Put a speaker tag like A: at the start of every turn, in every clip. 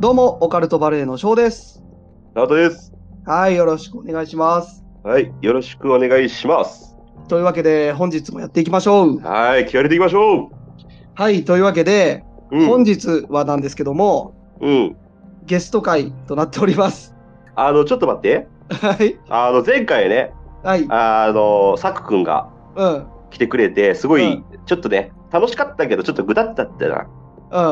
A: どうも、オカルトバレーの翔です。
B: ナオトです。
A: はい、よろしくお願いします。
B: はい、よろしくお願いします。
A: というわけで、本日もやっていきましょう。
B: はい、気合い入れていきましょう。
A: はい、というわけで、
B: うん、
A: 本日はなんですけども、
B: うん。
A: ゲスト会となっております。
B: あの、ちょっと待って。
A: はい、
B: あの、前回ね、
A: はい、うん、
B: あの、サクくんが来てくれて、すごい、
A: うん
B: ちょっとね、楽しかったけど、ちょっとぐだったってな。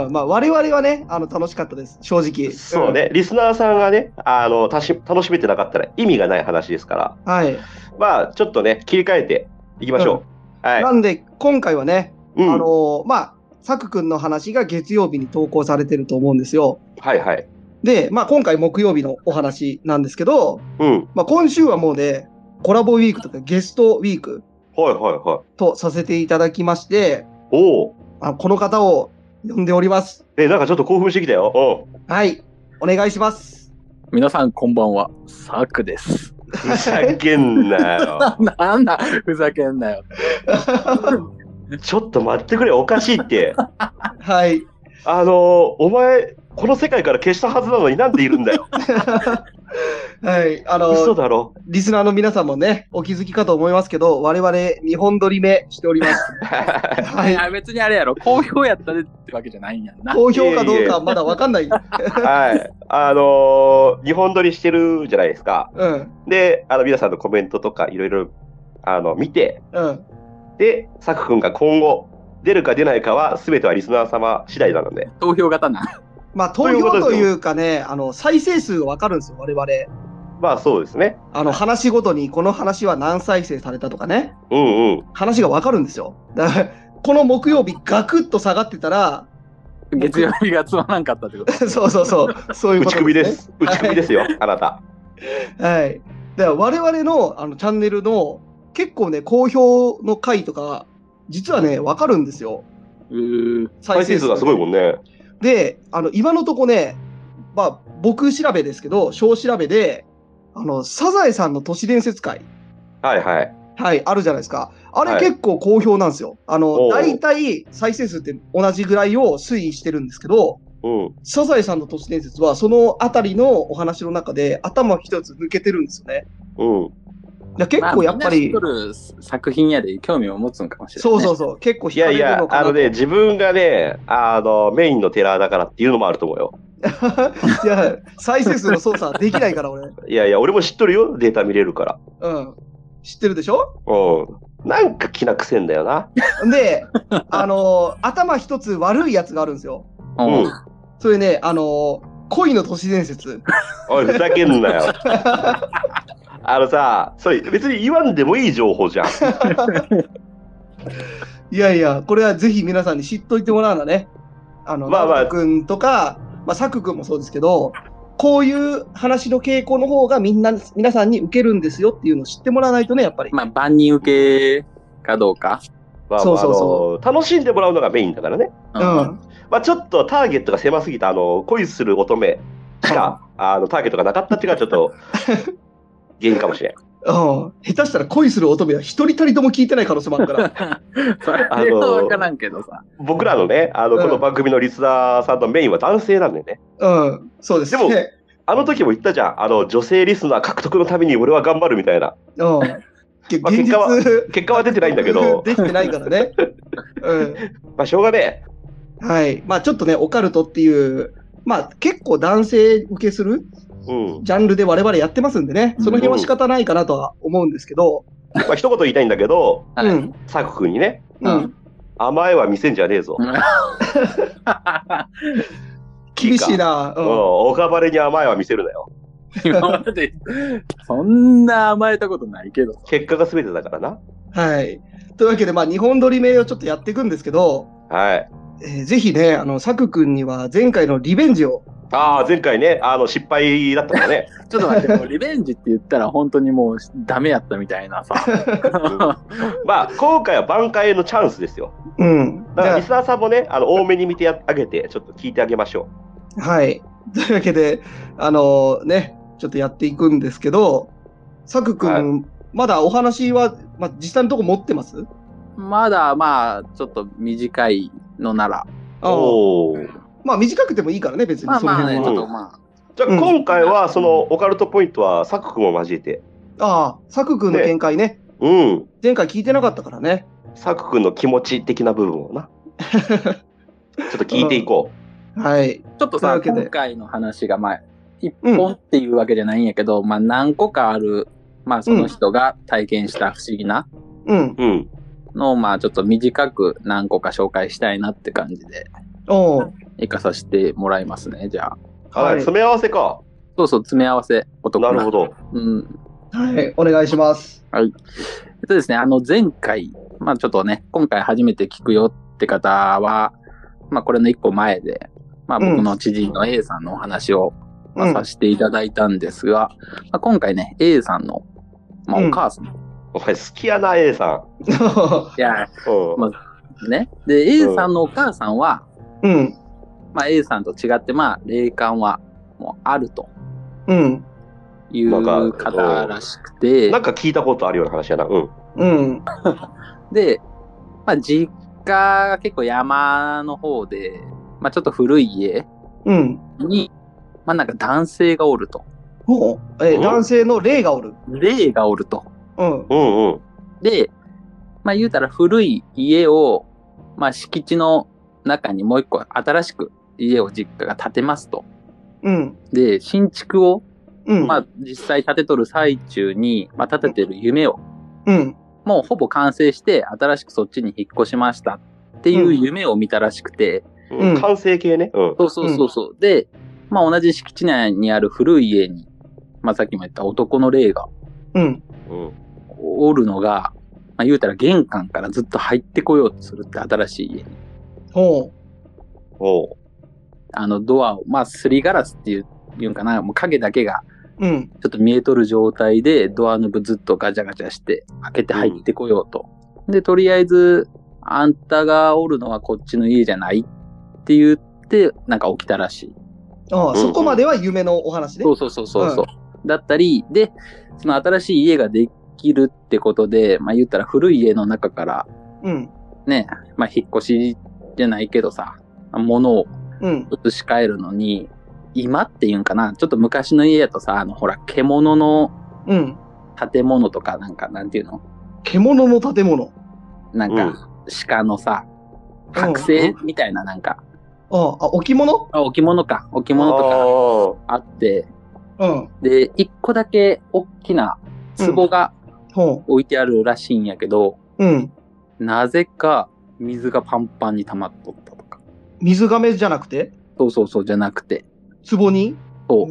A: うん、まあ、我々はね、あの、楽しかったです、正直。
B: そうね、リスナーさんがね、あの、たし楽しめてなかったら意味がない話ですから、
A: うん。はい。
B: まあ、ちょっとね、切り替えていきましょう。はい。
A: なんで、今回はね、
B: う
A: あ
B: ん
A: の。ーまあ、サク君の話が月曜日に投稿されてると思うんですよ。
B: はいはい。
A: で、まあ、今回木曜日のお話なんですけど、
B: うん。
A: まあ、今週はもうね、コラボウィークとかゲストウィーク
B: はいはいはい。
A: とさせていただきまして、
B: おお。
A: あこの方を呼んでおります。
B: え、なんかちょっと興奮してきたよ。おう
A: はい、お願いします。
C: 皆さんこんばんは、サークです。
B: ふざけんなよ。
C: なんだ、ふざけんなよ。
B: ちょっと待ってくれ、おかし いって。
A: はい。
B: あのーお前、この世界から消したはずなのになんでいる んだよ。
A: はい。あ
B: 嘘
A: の、
B: だろ。
A: リスナーの皆さんもね、お気づきかと思いますけど、我々、日本撮り目しております。はいい。
C: や、別にあれやろ、好評やったでってわけじゃないんやんな。
A: 好評かどう
B: いえい
A: か
B: え
A: まだわかんない。
B: はい。あのー日本撮りしてるじゃないですか。
A: うん。
B: で、あの、皆さんのコメントとかいろいろ、あの、見て、
A: うん。
B: で、サク君が今後、出るか出ないかは、全てはリスナー様次第なので。
C: 投票型な。
A: まあ、投
B: というこ
A: 票
B: とですよ
A: というかね、あの、再生数がわかるんですよ、我々。
B: まあ、そうですね。
A: あの、話ごとに、この話は何再生されたとかね。
B: うんうん。
A: 話がわかるんですよ。だからこの木曜日ガクッと下がってたら、
C: 月曜日がつまらんかったってこと。
A: そうそうそう、そういう
B: 打
A: こ
B: ち
A: と
B: 首で
A: です、ね。
B: す。打ち首ですよ、あな た。
A: はい。だから我々のあのチャンネルの結構ね、好評の回とか、実はね、わかるんですよ。
C: うー
B: 再生数がすごいもんね。
A: で、あの、今のとこね、まあ、僕調べですけど、小調べで、あの、サザエさんの都市伝説会、
B: はいはい。
A: はい、あるじゃないですか。あれ
B: はい
A: 結構好評なんですよ。あの、
B: おう
A: 大体再生数って同じぐらいを推移してるんですけど、
B: うん。
A: サザエさんの都市伝説は、そのあたりのお話の中で頭一つ抜けてるんですよね。
B: うん。
A: だから結構やっぱり、
C: まあみんな知っとる作品やで興味を持つのかもしれない、
A: そうそうそう、結構
B: い
A: 惹か
B: や
A: れ
B: い
A: る
B: や
A: の、か
B: あ
A: な
B: の
A: と。
B: ね、自分がね、あの、メインのテラーだからっていうのもあると思うよ。
A: いや、再生数の操作できないから、俺。
B: いやいや、俺も知っとるよ、データ見れるから。
A: うん。知ってるでしょ
B: うん。なんか気なくせんだよな。
A: で、あのー頭一つ悪いやつがあるんですよ。
C: う。
B: うんん。
A: それね、あのー恋の都市伝説。
B: おい、ふざけんなよ。 あのさ、それ別に言わんでもいい情報じゃん。
A: いやいや、これはぜひ皆さんに知っといてもらうのね。あの、
B: まあまあ
A: ナオト君とか、まあ、サク君もそうですけど、こういう話の傾向の方がみんな、皆さんに受けるんですよっていうのを知ってもらわないとね、やっぱり。
C: まあ、万人受けかどうか。
B: まあまあ
A: そうそうそ
B: あの楽しんでもらうのがメインだからね。
A: うん。
B: まあちょっとターゲットが狭すぎた、あの、恋する乙女しか、あの、ターゲットがなかったっていうのはちょっと、原因かもしれん。
A: うん。下手したら恋する乙女は一人たりとも聞いてない可能性もあるから。
C: それ
B: あの
C: はわからんけどさ。
B: 僕らのね、あの、この番組のリスナーさんのメインは男性なんでね。
A: うん。そうですね。
B: あの時も言ったじゃん。あの、女性リスナー獲得のために俺は頑張るみたいな。
A: うん。け
B: まあ
A: 現
B: 結
A: 実
B: 果は結果は出てないんだけど、
A: できてないからね。うん。
B: まあ、しょうがね
A: はい。まあちょっとね、オカルトっていう、まあ結構男性受けする
B: え。うん。
A: ジャンルで我々やってますんでね、その辺は仕方ないかなとは思うんですけど、
B: まあ、一言言いたいんだけど、
A: うん、
C: は
A: う
C: い
A: ん、
B: サク君にね、
A: うん、
B: 甘えは見せんじゃねえぞ。
A: 厳しいな、
B: うん。
A: う
B: オカバレに甘えは見せるなよ。
C: 今まで、そんな甘えたことないけど。
B: 結果が全てだからな。
A: ん。はい。というわけで、まあ、日本撮り名をちょっとやっていくんですけど、
B: はい。
A: えーぜひね、あの、サク君には前回のリベンジを、
B: ああ、前回ね、あの、失敗だったから ね。
C: ちょっと待って、もうリベンジって言ったら本当にもうダメやったみたいなさ。
B: まあ、今回は挽回のチャンスですよ。
A: うん。
B: だから、リ
A: じ
B: スナーさんもね、あの、多めに見てやあげて、ちょっと聞いてあげましょ
A: ゃあはい。 というわけで、あのね、ちょっとやっていくんですけど、サク君、まだお話は、まあ、実際のとこ持ってます
C: まだまあ、ちょっと短いのなら。
B: う。おお。
A: まあ短くてもいいからね、別に。
C: まあまあね、
A: そ
C: ち
A: の
C: ょ
A: 辺は
C: っとま
B: じゃあ
A: うん
B: 今回はそのオカルトポイントはサク君を交えて。
A: ああ、サク君の見解ね。
B: うん。
A: 前回聞いてなかったからね。
B: サク君の気持ち的な部分をな。ちょっと聞いていこ
A: はい。
C: あ、ちょっと
A: という
C: さ
A: わ、けで
C: 今回の話が、まあ、一本っていうわけじゃないんやけど、まあ、何個かある、まあ、その人が体験した不思議な
A: うん。
B: う。うん。
C: のを、まあ、ちょっと短く何個か紹介したいなって感じで、
A: おう
C: 行かさせてもらいますね、じゃあ。
B: はい、詰め合わせか。
C: そうそう、詰め合わせ、男
B: なるほど。
C: うん。
A: はい、お願いします。
C: えっとですね、あの前回、まあちょっとね、今回初めて聞くよって方は、まあこれの一個前で、まあ
A: うん
C: 僕の知人の A さんのお話を、まあ
A: うん
C: させていただいたんですが、まあ、今回ね、A さんの、まあ
A: うん
C: お母さん、い
B: お前好きやな、A さ
C: や、
B: ん。うん。
C: まね。で、A さんのお母さんは、
A: うん。
C: まあ A さんと違って、まあ霊感はもうあると
A: うん。
C: いう
B: なんか
C: 方らしくて、
B: なんか聞いたことあるような話やな。うん。
A: うん。
C: で、まあ実家が結構山の方で、まあちょっと古い家、
A: うん。
C: に、まあなんか男性がおると。
A: ほう。え、
B: うん
A: 男性の霊がおる。
C: 霊がおると。
A: うん。
B: うんうん。
C: で、まあ言うたら古い家を、まあ敷地の中にもう一個新しく家を実家が建てますと。
A: うん。
C: で、新築を、
A: うん。
C: まあ実際建てとる最中に、まあ建ててる夢を、
A: うん。
C: もうほぼ完成して新しくそっちに引っ越しましたっていう夢を見たらしくて、
A: うん
B: 完成形ね。うん。
C: そうそうそうそう。で、まあ同じ敷地内にある古い家に、まあさっきも言った男の霊が
A: うん。
B: うん。
C: おるのが、まあ、言うたら玄関からずっと入ってこようとするって新しい家に。
A: ほ
B: おう。
C: あのドアを、まあすりガラスっていう、いうんかな、もう影だけが
A: う。うん。
C: ちょっと見えとる状態でドアノブずっとガチャガチャして開けて入ってこようと。で、とりあえず、あんたがおるのはこっちの家じゃないって言って、なんか起きたらしい。
A: ああ、
B: うん
A: そこまでは夢のお話ね
C: そ。うそうそうそうそう、だったり、で、その新しい家ができるってことで、まあ言ったら古い家の中から
A: うん。
C: ね、まあ、引っ越しじゃないけどさ、物を
A: うん。
C: 移し替えるのに、今っていうんかな、ちょっと昔の家やとさ、あの、ほら、獣の
A: うん。
C: 建物とか、なんか、なんていうの
A: 獣の建物。
C: なんか、鹿のさ、覚醒みたいな、なんか、
A: ああ、あ置物
C: あ置物か、置物とか
B: あ
C: あって、
A: うん。
C: で、一個だけ大きな壺が
A: ほ
C: 置いてあるらしいんやけど、
A: う。うん。
C: なぜか水がパンパンに溜まっとったとか。
A: 水亀じゃなくて、
C: そうそうそうじゃなくて。
A: 壺に
C: そう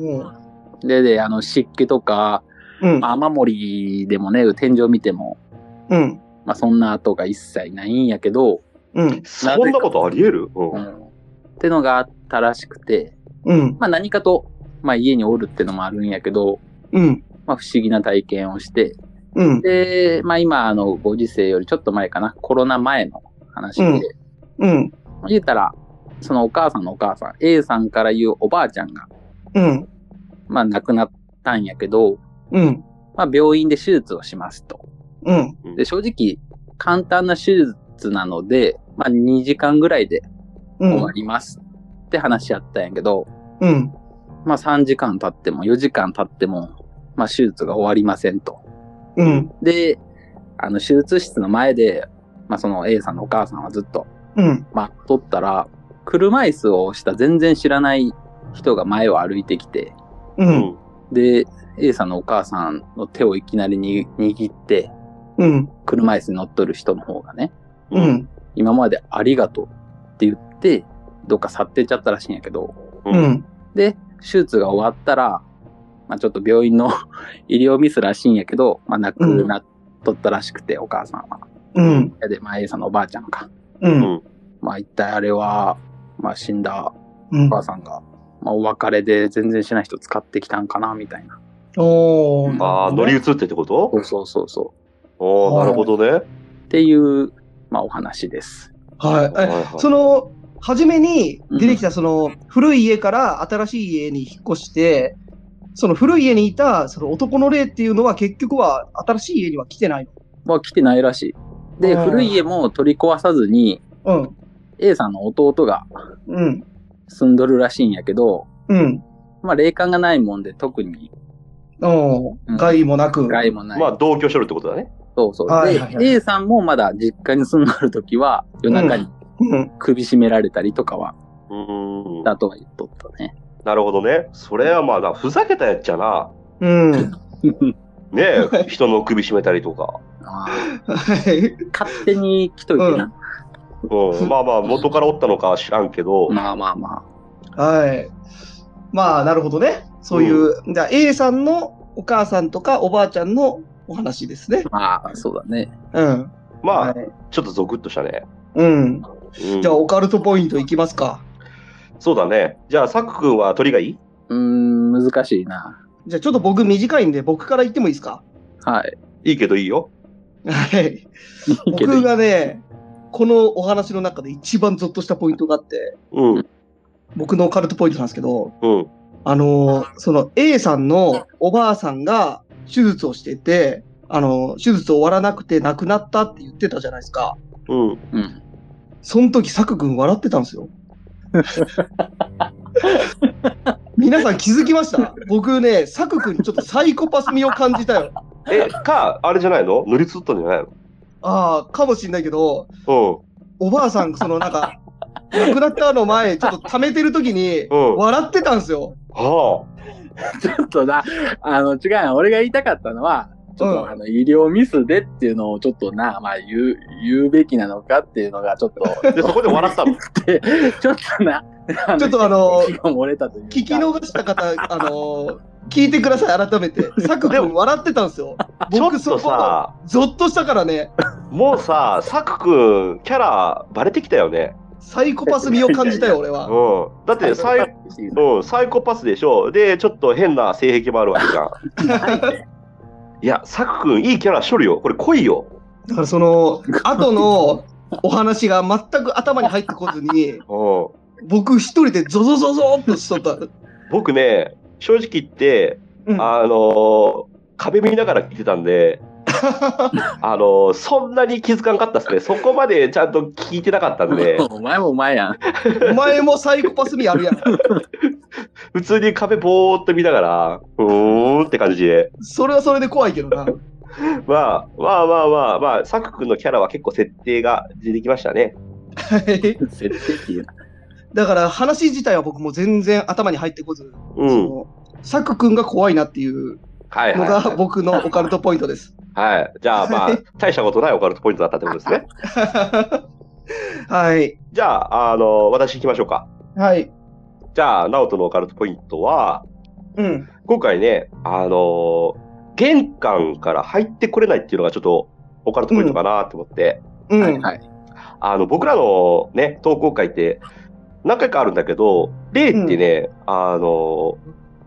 C: う。で、で、あの、湿気とか、
A: ん。
C: まあ雨漏りでもね、天井見ても、
A: うん。
C: まあ、そんな跡が一切ないんやけど、
A: うん。
B: あ。そんなことあり得るう。
C: うんん、ってのがあったらしくて、
A: うん。
C: まあ、何かと、まあ、家におるってのもあるんやけど、
A: うん。
C: まあ、不思議な体験をして、
A: うん。
C: で、まあ、今、あの、ご時世よりちょっと前かな、コロナ前の話で、
A: うんうん。
C: まあ言ったら、そのお母さんのお母さん、A さんから言うおばあちゃんが、
A: うん。
C: まあ、亡くなったんやけど、
A: うん。
C: まあ、病院で手術をしますと。
A: うん。
C: で、正直、簡単な手術なので、まあ、2時間ぐらいで
A: う
C: 終わ
A: ん。
C: りますって話し合ったんやけど、
A: うん。
C: まあ3時間経っても4時間経っても、まあ手術が終わりませんと。
A: うん。
C: で、あの手術室の前で、まあその A さんのお母さんはずっと
A: うん。
C: 待っとったら、車椅子をした全然知らない人が前を歩いてきて、
A: う。
B: うんん。
C: で、A さんのお母さんの手をいきなりに握って、
A: うん。
C: 車椅子に乗っとる人の方がね、
A: うん。
C: 今までありがとうって言って、どっか去ってっちゃったらしいんやけど、
A: う
B: うん。
A: ん。
C: で、手術が終わったら、まあ、ちょっと病院の 医療ミスらしいんやけど、まあ、亡くなっとったらしくて、お母さんは。
A: うん。
C: で、まあ、A さんのおばあちゃんか。
A: うん。
C: まあ、一体あれは、まあ、死んだ
A: う
C: お
A: ん。
C: 母さんが、まあ、お別れで全然しない人使ってきたんかな、みたいな。
A: おー。
B: ああ、乗り移ってってこと
C: そうそうそうそう。
B: おおなるほどね。
C: っていう、まあ、お話です。
A: はい。え
B: はいはい
A: その、初めに出てきた、その、古い家から新しい家に引っ越して、その古い家にいた、その男の霊っていうのは結局は新しい家には来てない
C: まあ、来てないらしい。で、
A: あー
C: 古い家も取り壊さずに、
A: の。
C: A さんの弟が
A: うん。うん。
C: 住んどるらしいんやけど、
A: うん。
C: まあ霊感がないもんで特に
A: お
C: うん
A: 害もなく。
C: 害もない。
B: まあ、同居しとるってことだね。
C: そうそう。
A: はい
C: で、
A: はいはい
C: A さんもまだ実家に住んどる時は夜中に
A: うん。
C: 首絞められたりとかは、
B: うーん。
C: だとは言っとったね。
B: なるほどね。それはまあ、ふざけたやっちゃな。
A: うん。
B: ね え、人の首絞めたりとか。
C: あー
A: はい。
C: 勝手に来といてな。
B: うん。まあまあ、元からおったのかは知らんけど。
C: まあまあま
A: はい。まあ、なるほどね。そういう、じゃあ A さんのお母さんとかおばあちゃんのお話ですね
C: あ。。まあ、そうだね。
A: うん。
B: まあ
A: は、い、
B: ちょっとゾクッとしたね。
A: うん。
B: うん
A: じゃあ、オカルトポイントいきますか。
B: そうだね。じゃあ、サク君は鳥がいいう
C: ーん、難しいな。
A: じゃあ、ちょっと僕短いんで、僕から言ってもいいですか。
C: はい。
B: いいけどいいよ。
A: はい。
C: いいけど
A: 僕がね、このお話の中で一番ゾッとしたポイントがあって、
B: うん。
C: う
A: 僕のオカルトポイントなんですけど、
B: うん。
A: あのーその A さんのおばあさんが手術をしてて、あのー手術終わらなくて亡くなったって言ってたじゃないですか。
B: うん。
C: うん。
A: その時、サク君笑ってたんですよ。皆さん気づきました僕ね、サク君ちょっとサイコパス味を感じたよ。
B: え、か、あれじゃないの塗りつぶったんじゃない
A: ああ、かもしんないけど、
B: の
A: おばあさん、そのなんか、亡くなったの前、ちょっと溜めてる時に、
B: うん。うん。
A: 笑ってたんですよ。
B: は
C: ちょっとな、あの、違うな俺が言いたかったのは、ちょっと、
A: うん
C: あの、医療ミスでっていうのをちょっとな、まあ、言う、言うべきなのかっていうのが、ちょっと、
B: あ。で、そこで笑ったの。
C: ちょっとな、 あの
A: ちょっとあの
C: 息が漏れたというか
A: 聞き逃した方、あのー聞いてください、改めて。サク君笑ってたんですよ。
B: ちょ っ
A: 僕そ
B: と
A: こ、
B: さ、
A: ゾッとしたからね、
B: もうさ、サク君、キャラバレてきたよね。
A: サイコパス味を感じたよ、俺は。
B: うん。だって、サイ、うん、サイコパスでしょ。で、ちょっと変な性癖もあるわけじゃん。 いや、サク君、いいキャラしとるよ。これ濃いよ。
A: だからその、後のお話が全く頭に入ってこずに、
B: うん。
A: 僕一人でゾゾゾゾーっとしとった。
B: 僕ね、正直言って、
A: うん
B: あのー壁見ながら聞いてたんで、 あのーそんなに気づかんかったですね。そこまでちゃんと聞いてなかったんで、
C: お前もお前やん。
A: お前もサイコパス味あるやん。
B: 普通に壁ぼーっと見ながら、うーんって感じで。
A: それはそれで怖いけどな。
B: まあ、まあまあまあまあ、サク君のキャラは結構設定が出てきましたね。
A: はい
C: 設定っていうな。
A: だから話自体は僕も全然頭に入ってこず、
B: う
A: そ
B: ん。
A: のサク君が怖いなっていう
B: はい
A: の
B: はい、
A: が
B: は
A: 僕のオカルトポイント です。
B: い。はい。じゃあまあ、大したことないオカルトポイントだったってことですね。
A: はい。
B: じゃあ、あのー私行きましょうか。
A: はい。
B: じゃあ、ナオトのオカルトポイントは、
A: うん。
B: 今回ね、あのー玄関から入ってこれないっていうのがちょっとオカルトポイントかなと思って、
A: うん。
C: はいはい。
B: あの、僕らのね、投稿会って何回かあるんだけど、例ってね、あのー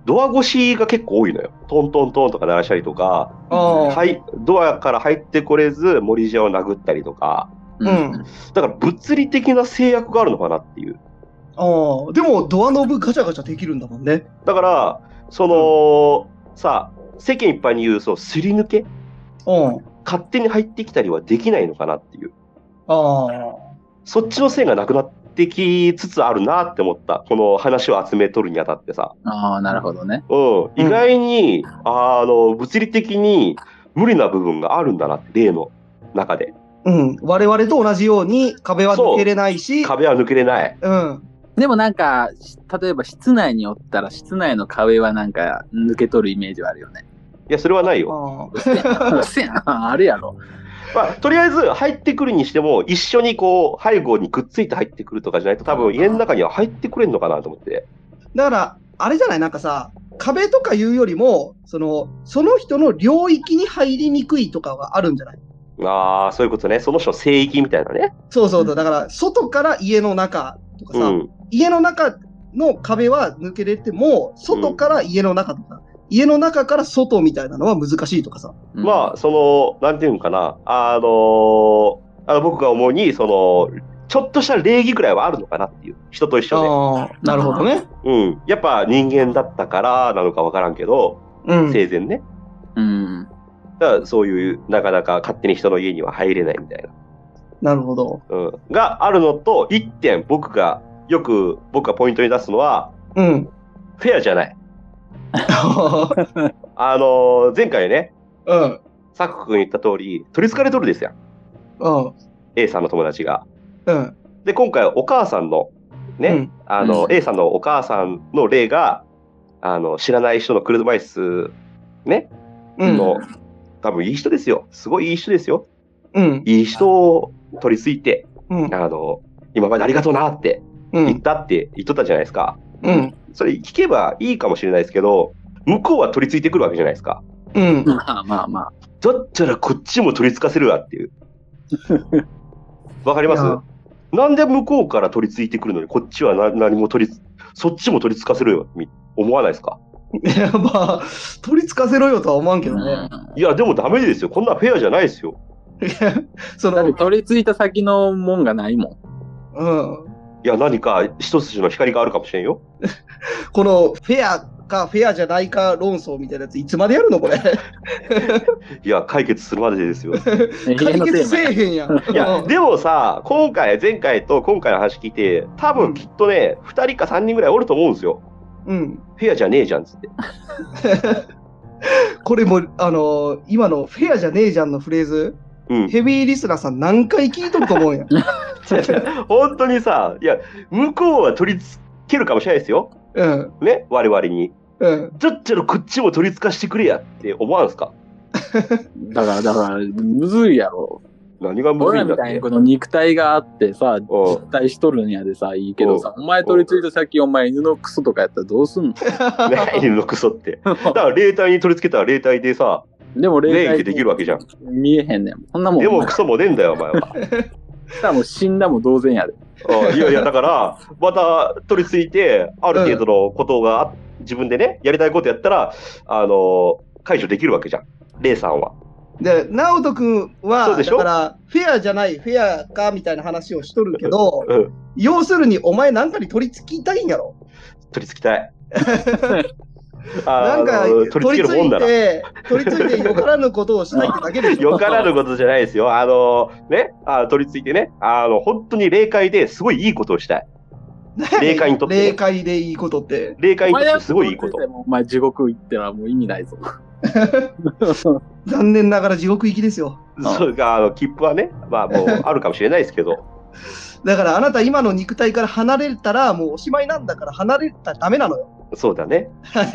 B: ドア越しが結構多いのよ。トントントンとか鳴らしたりとか、
A: ああ。
B: はい、ドアから入ってこれず、森じゃを殴ったりとか、
A: う
C: うんん。
B: だから物理的な制約があるのかなっていう。
A: ああ。でも、ドアノブガチャガチャできるんだもんね。
B: だから、その、さ、世間一般に言う、その、すり抜け
A: うん。
B: 勝手に入ってきたりはできないのかなっていう。
A: ああ。
B: そっちの線がなくなってきつつあるなって思った。この話を集めとるにあたってさ。
C: ああ、なるほどね。
B: うん。
A: ん
B: 意外に、あの、物理的に無理な部分があるんだなって、例の中で。
A: うん。我々と同じように壁は抜けれないし、
B: 壁は抜けれない。
A: うん。
C: でもなんか、し例えば室内におったら、室内の壁はなんか抜け取るイメージはあるよね。
B: いや、それはない
A: あ
B: よ。
C: うっせえなうっせえなあるやろ。
B: まあ、とりあえず入ってくるにしても、一緒にこう、背後にくっついて入ってくるとかじゃないと、多分家の中には入ってくれんのかなと思って。
A: あ。だから、あれじゃないなんかさ、壁とかいうよりも、その、その人の領域に入りにくいとかはあるんじゃない
B: ああ、そういうことね。その人の聖域みたいなね。
A: そうそう
C: う
A: だ。
C: ん
A: だから、外から家の中とか
B: う
A: さ、
B: ん。
A: 家の中の壁は抜けれても、外から家の中とか、家の中から外みたいなのは難しいとかさ。
B: まあ、その、なんていうんかな、あのあの僕が思うに、その、ちょっとした礼儀ぐらいはあるのかなっていう、人と一緒
A: ああ、なるほどね。
B: で。うん。やっぱ人間だったからなのかわからんけど、
A: うん。
B: 生前ね。
C: あ。うん。
B: だからそういう、なかなか勝手に人の家には入れないみたいな。
A: なるほど。
B: うん。があるのと、一点僕がよく僕がポイントに出すのは、
A: うん。
B: フェアじゃない。あのー前回ね、
A: うん。
B: サク君言った通り、取り憑かれとるですよ。
A: うん。
B: A さんの友達が。
A: うん。
B: で、今回お母さんの、ね、
A: うん
B: あの、
C: うん
B: A さんのお母さんの例が、あの、知らない人の車椅子、ね、
A: うん。
B: の、多分いい人ですよ。すごいいい人ですよ。
A: うん。
B: いい人を取り付いて、
A: うん。
B: あの、今までありがとうなって
A: う
B: 言っ
A: ん。
B: たって言っとったじゃないですか。
A: うん。
B: それ聞けばいいかもしれないですけど、向こうは取り付いてくるわけじゃないですか。
A: うん。
C: まあまあまあ。
B: だったらこっちも取り付かせるわっていう。わかりま
A: いや
B: すなんで向こうから取り付いてくるのにこっちはな何も取り、そっちも取り付かせるよ、み思わないですか
A: いや、まあ、取り付かせろよとは思わんけどね。
B: いや、でもダメですよ。こんなんフェアじゃないですよ。
A: そ
C: だっ
A: の、う
C: て
A: ん。
C: 取り付いた先のもんがないもん。
B: いや、何か一筋の光があるかもしれんよ。
A: この、フェアかフェアじゃないか論争みたいなやつ、いつまでやるのこれ。
B: いや、解決するまでで すよ。い
A: 解決せえへんやん。
B: や、
A: うん
B: でもさ、今回、前回と今回の話聞いて、多分きっとね、2人か3人ぐらいおると思うんですよ。
A: うん。
B: フェアじゃねえじゃんっつって。
A: これも、あのー今のフェアじゃねえじゃんのフレーズ、
B: うん。
A: ヘビーリスナーさん何回聞いとると思うんや。
B: 本当にさ、いや、向こうは取り付けるかもしれないですよ。
A: うん。
B: ね、我々に。
A: うん。
B: ちょっちゃらこっちも取り付かしてくれやって思わんすか
C: だから、だから、むずいやろ。
B: 何がむず
C: 俺
B: い
C: ら
B: んだ
C: み
B: った
C: い
B: て
C: に。この肉体があってさ、
B: おう
C: 実体しとるんやでさ、いいけどさ、お前取り付いた先、お前犬のクソとかやったらどうすんの
B: 何のクソって。だから霊体に取り付けたら霊体でさ、
C: でも霊
B: 霊
C: 界
B: ってできるわけじゃん。
C: 見えへんねん。こんなもん、
B: でもクソもねえんだよ、お前は。
C: したらもう死んだも同然やで。
B: うんいやいや、だから、また取り付いて、ある程度のことが、自分でね、やりたいことやったら、あの、解除できるわけじゃん。霊さんは。
A: で、直人くん
B: そう
A: は、
B: で
A: だ
B: しょ
A: から、フェアじゃない、フェアかみたいな話をしとるけ ど、
B: うん。
A: 要するに、お前なんかに取り付きたいんやろ。
B: 取り付きたい。あ
A: なんか
B: の、取り付けるもんなら。
A: 取り付いて、取り付いてよからぬことをしたいってだけでしょ。
B: よからぬことじゃないですよ。あの、ね、あ取り付いてね、あの、本当に霊界ですごいいいことをしたい。霊界にとって
A: 霊界でいいことって。
B: 霊界
C: お
B: にと
C: 前
B: っ
C: や
B: てすごいいいこと。
C: お前地獄行ったらもう意味な いぞ。
A: 残念ながら地獄行きですよ。
C: うん
B: そうか、あの、切符はね、まあもうあるかもしれないですけど、
A: だから、あなた今の肉体から離れたら、もうおしまいなんだから、離れたらダメなのよ。
B: そうだね。
A: はい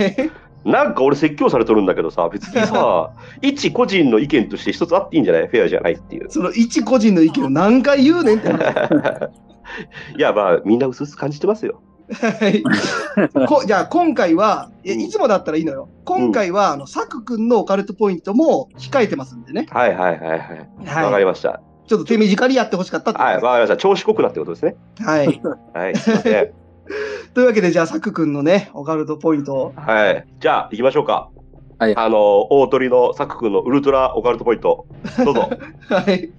B: なんか俺説教されとるんだけどさ、別にさ、一個人の意見として一つあっていいんじゃないフェアじゃないっ ていう。
A: その一個人の意見を何回言うねんって話。
B: いや、まあ、みんな薄々感じてますよ。
A: はいこじゃあ今回は、いや
B: うん
A: いつもだったらいいのよ。今回は、あの、サク君のオカルトポイントも控えてますんでね。
B: はいはいはいはい。わ、か
A: は
B: り
A: い。
B: ました。
A: ちょっと手短にやってほしかったって
B: はい、わかりました。調子こくなってことですね。
A: はい。
B: はい、すいません。
A: というわけで、じゃあサク君のね、オカルトポイントを。
B: はい。じゃあ、行きましょうか。
C: はい
B: あの、大鳥のサク君のウルトラオカルトポイント。どう ぞ。
A: はい。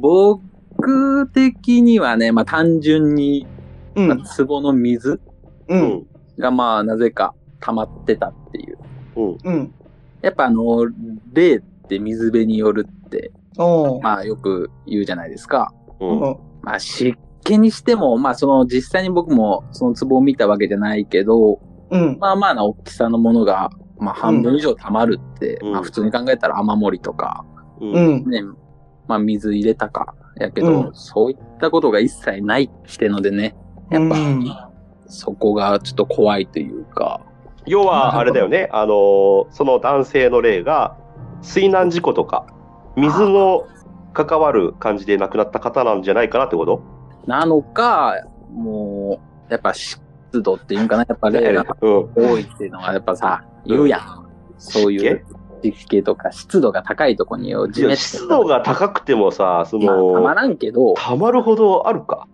C: 僕的にはね、まあ単純に、
A: う
C: まあ
A: ん。
C: 壺の水
A: う。。
B: うん
C: がまあなぜか溜まってたっていう。
B: うん。
A: うん。
C: やっぱあの、霊って水辺によるって、
A: おー
C: まあよく言うじゃないですか。
B: うん。
C: まあ湿気にしても、まあその実際に僕もその壺を見たわけじゃないけど、
A: うん。
C: まあまあな大きさのものが、まあ半分以上溜まるって、
B: うん
C: まあ普通に考えたら雨漏りとか、
B: うん。
A: う
B: うん。
A: ん。
C: ね、まあ水入れたか、やけど、
A: う
C: そういったことが一切ないってのでね、やっぱ、
A: うん
C: そこがちょっと怖いというか、
B: 要は、あれだよね。あの、その男性の例が、水難事故とか、水の関わる感じで亡くなった方なんじゃないかなってこと
C: なのか、もう、やっぱ湿度っていうんかな、やっぱ霊が
B: うん。
C: 多いっていうのはやっぱさ、言うやん。そういう湿気とか湿度が高いとこによ、
B: いや湿度が高くてもさ、そ
C: まあたま
B: の、
C: らんけど、
B: たまるほどあるか。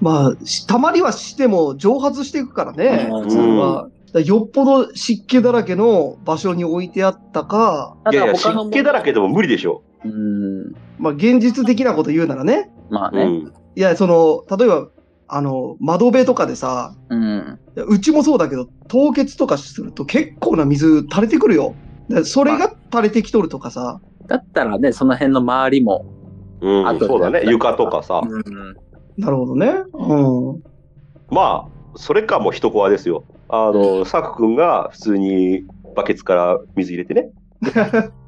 A: まあ、したまりはしても蒸発していくからね、
C: うん
A: それは。だからよっぽど湿気だらけの場所に置いてあったか、
C: た
B: いやい
C: だ
B: や、
C: 他の
B: 湿気だらけでも無理でしょ。
C: うん、
A: まあ現実的なこと言うならね。
C: まあ
B: う
C: ね、
B: ん。
A: いや、その、例えば、あの、窓辺とかでさ、
C: うん、
A: いやうちもそうだけど、凍結とかすると結構な水垂れてくるよ。でそれが垂れてきとるとかさ。
C: だったらね、その辺の周りも、
B: うん
C: あと
B: そうだね。床とかさ。
C: うん、
A: なるほどね。うん。
B: まあ、それかもう一コアですよ。あの、サク君が普通にバケツから水入れてね。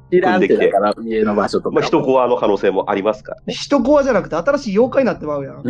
C: 知らんってだから、家の場所とか。
B: まあ、一コアの可能性もありますから。
A: 一コアじゃなくて新しい妖怪にな ってまうやん。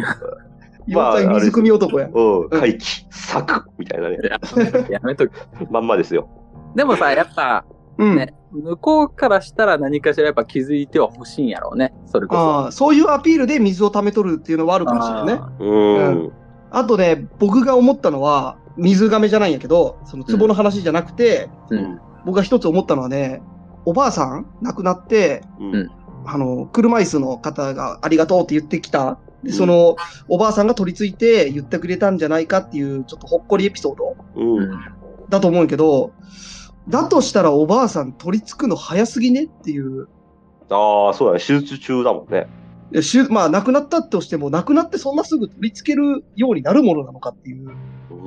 B: まあ
A: 妖怪水汲み男やん。
B: うん、回帰、サクみたいなね。
C: やめとけ。
B: まんまですよ。
C: でもさ、やっぱ、
A: うん。
C: ね向こうからしたら何かしらやっぱ気づいては欲しいんやろうね。それこそ。
A: ああ、そういうアピールで水を溜めとるっていうのはあるかもしれないね。
B: うーん。
A: あとね、僕が思ったのは、水亀じゃないんやけど、その壺の話じゃなくて、
C: うん。
A: 僕が一つ思ったのはね、おばあさん亡くなって、
B: うん
C: うん
A: あの、車椅子の方がありがとうって言ってきた。で、その、おばあさんが取り付いて言ってくれたんじゃないかっていう、ちょっとほっこりエピソード
B: うん
C: うん。
A: だと思うんやけど、だとしたらおばあさん取り付くの早すぎねっていう。
B: ああ、そうだね。手術中だもんね。
A: いやしゅまあ、亡くなったとしても、亡くなってそんなすぐ取り付けるようになるものなのかっていう。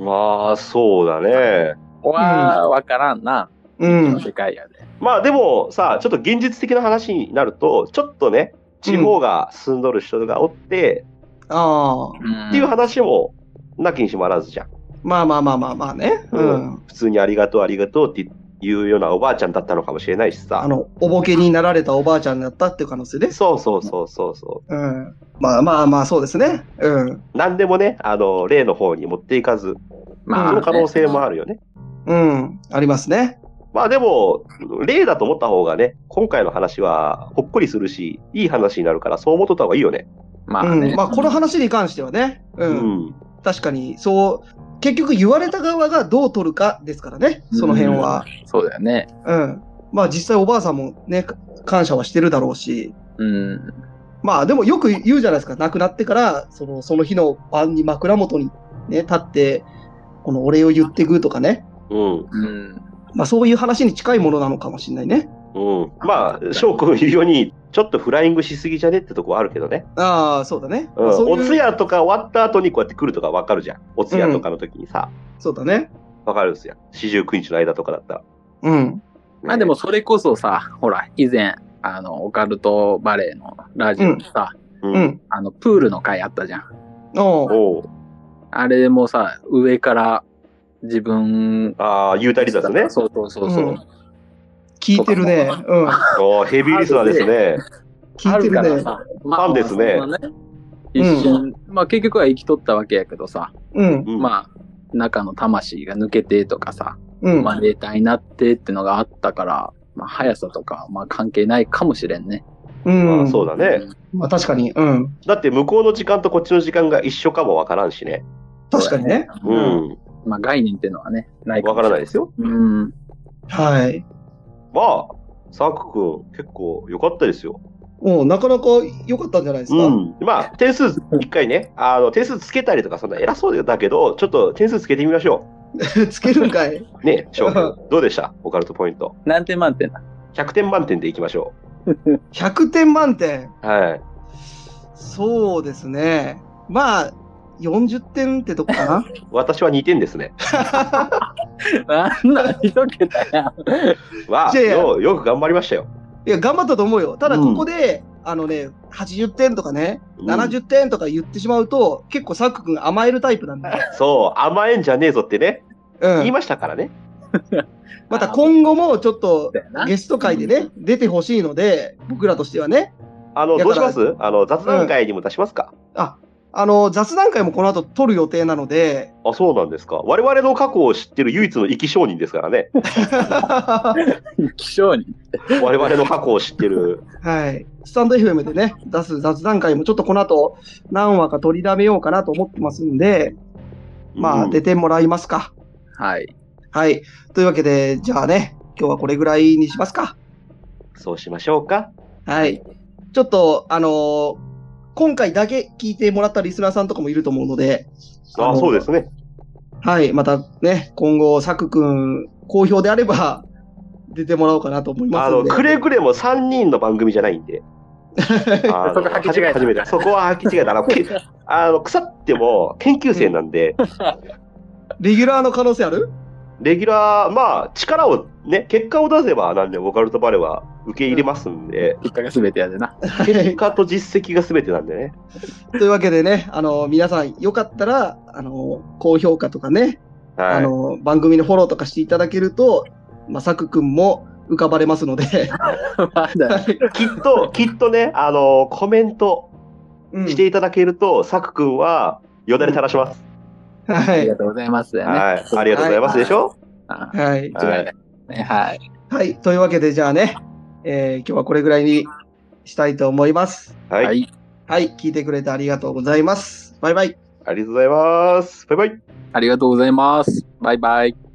B: まあ、そうだね。
C: ここは、わからんな。
A: うん。
C: 世界やで。
B: まあでもさ、ちょっと現実的な話になると、ちょっとね、地方が住んどる人がおって、
A: ああ。
C: っ
B: っていう話も、なきにしもあらずじゃん。
A: まあまあまあまあまあね。うん。
B: 普通にありがとう、ありがとうっていうようなおばあちゃんだったのかもしれないし
A: あ
B: さ。
A: の、おぼけになられたおばあちゃんだったっていう可能性です。
B: そうそうそうそうそ
A: うん。まあまあまあ、そうですね。うん。
B: う。なんでもね、あの、例の方に持っていかず、
C: ま
B: そ
C: あ
B: の
C: ね
B: 可能性もあるよね。
A: うん。ありますね。
B: まあでも、例だと思った方がね、今回の話はほっこりするし、いい話になるから、そう思っとった方がいいよね。
C: まあ
A: うん。
C: ね。
A: まあ、この話に関してはね。
B: う
A: うん。
B: ん。
A: 確かに、そう、結局言われた側がどう取るかですからね。その辺は。
C: そうだよね。
A: うん。まあ、実際おばあさんもね、感謝はしてるだろうし。
C: うん。
A: まあでもよく言うじゃないですか。亡くなってから、そのその日の晩に枕元にね、立って、このお礼を言ってくとかね。
B: うん。
C: うん。
A: まあそういう話に近いものなのかもしれないね。
B: うん。まあ、翔くん言うように、ちょっとフライングしすぎじゃねってとこはあるけどね。
A: ああ、そうだね。
B: うん。
A: そう
B: お
A: いう
B: 通夜とか終わった後にこうやって来るとかわかるじゃん。お通夜とかの時にさ、
A: そうだね。
B: わかるんですよ。四十九日の間とかだったら。
A: うん。
C: まあでもそれこそさ、ほら、以前、あの、オカルトバレーのラジオでさ、
B: うん、
A: う
B: うん。
A: ん。
C: あの、プールの回あったじゃん。
A: おう
B: おう
C: あれもさ、上から自分、
B: ああ、言うたりだすね。
C: そうそうそうそうう。
A: ん聞いてるね。うん。
B: おーヘビーリスナーですね。
A: 聞いて
C: ある
A: る
C: から
A: ね。
C: さ、ま
B: ファンですね
C: まあそんな一瞬、まあ結局は生きとったわけやけどさ、
A: うん。
B: うん、
C: まあ、中の魂が抜けてとかさ、
A: うん。
C: まあ霊体になってってのがあったから、まあ速さとか、まあ関係ないかもしれんね。
A: うん。
B: まあそうだね。
A: まあ確かに。うん。
B: だって向こうの時間とこっちの時間が一緒かもわからんしね。
A: 確かにね。
B: う。
C: うんまあ概念っていうのはね、ない
B: わ
C: も
B: か
C: しれ
B: らないですよ。
C: うん。
A: はい。
B: まあ、サーク君、結構良かったですよ。
A: おうなかなか良かったんじゃないですか。
B: うん。まあ、点数、一回ね、あの、点数つけたりとか、そんな偉そうだけど、ちょっと点数つけてみましょ
A: つけるんかい。
B: う。ね、翔く ん。どうでしたオカルトポイント。
C: 何点満 点だ
B: 100点満点でいきましょ
A: 100点満点。
B: う。はい。
A: そうですね。まあ、40点ってとこかな。
B: 私は2点です ね。
C: なんだ、一桁やん。
B: わあ、
A: いやいや
B: ようよく頑張りましたよ。
A: いや、頑張ったと思うよ。ただ、ここで、あのね、80点とかね、
B: うん
A: 70点とか言ってしまうと、結構サック君甘えるタイプなんだよ。
B: そう、甘えんじゃねえぞってね、
A: う
B: 言い
A: ん。
B: ましたからね。
A: また今後もちょっと
C: だよな
A: ゲスト会でね、出てほしいので、僕らとしてはね、
B: あの、
A: いや
B: どうしますあの、雑談会にも出しますか、
A: あの、雑談会もこの後撮る予定なの で、
B: あ、そうなんですか。我々の過去を知ってる唯一の生き証人ですからね。
A: は
C: 気象に。
B: 我々の過去を知ってる。
A: い。スタンド FM でね、出す雑談会もちょっとこの後、何話か取りだめようかなと思ってますんで、まあ、
B: うん
A: 出てもらいますか。
C: はい。
A: はい。というわけで、じゃあね、今日はこれぐらいにしますか。
B: そうしましょうか。
A: はい。ちょっと、あのー今回だけ聞いてもらったリスナーさんとかもいると思うので、
B: あ
A: あの
B: そうですね。
A: はい。またね、今後、サクくん、好評であれば、出てもらおうかなと思いま
B: あ
A: すの
B: の、
A: で。
B: くれぐれも3人の番組じゃないんで。あの
C: そこ履き違えた
B: 初めて。そこは履き違えた。あの、けあの腐っても研究生なんで、
A: レギュラーの可能性ある
B: レギュラー、まあ、力をね、結果を出せば、なんで、ボカルトバレーは受け入れますんで、
C: 結果が全てやでな。
B: 結果と実績が全てなんでね。
A: というわけでね、あの、皆さんよかったら、あの、高評価とかね、
B: は
A: あ
B: い。
A: の、番組のフォローとかしていただけると、まさくくんも浮かばれますので、
C: まだ
B: きっと、きっとね、あのコメント
A: うん
B: していただけると、さくくんはよだれ垂らします。
A: は
C: あり
A: い
C: が。とうございますだよね。
B: はい。ありがとうございますでしょ
C: あ
A: はい。
C: 間違いないねはい。
A: はい。というわけで、じゃあね、えー今日はこれぐらいにしたいと思います。
B: はい。
C: は
B: あり
C: い。
A: はい。聞いてくれてありがとうございます。バイバイ。
B: がとうございます。バイバイ。
C: ありがとうございます。バイバイ。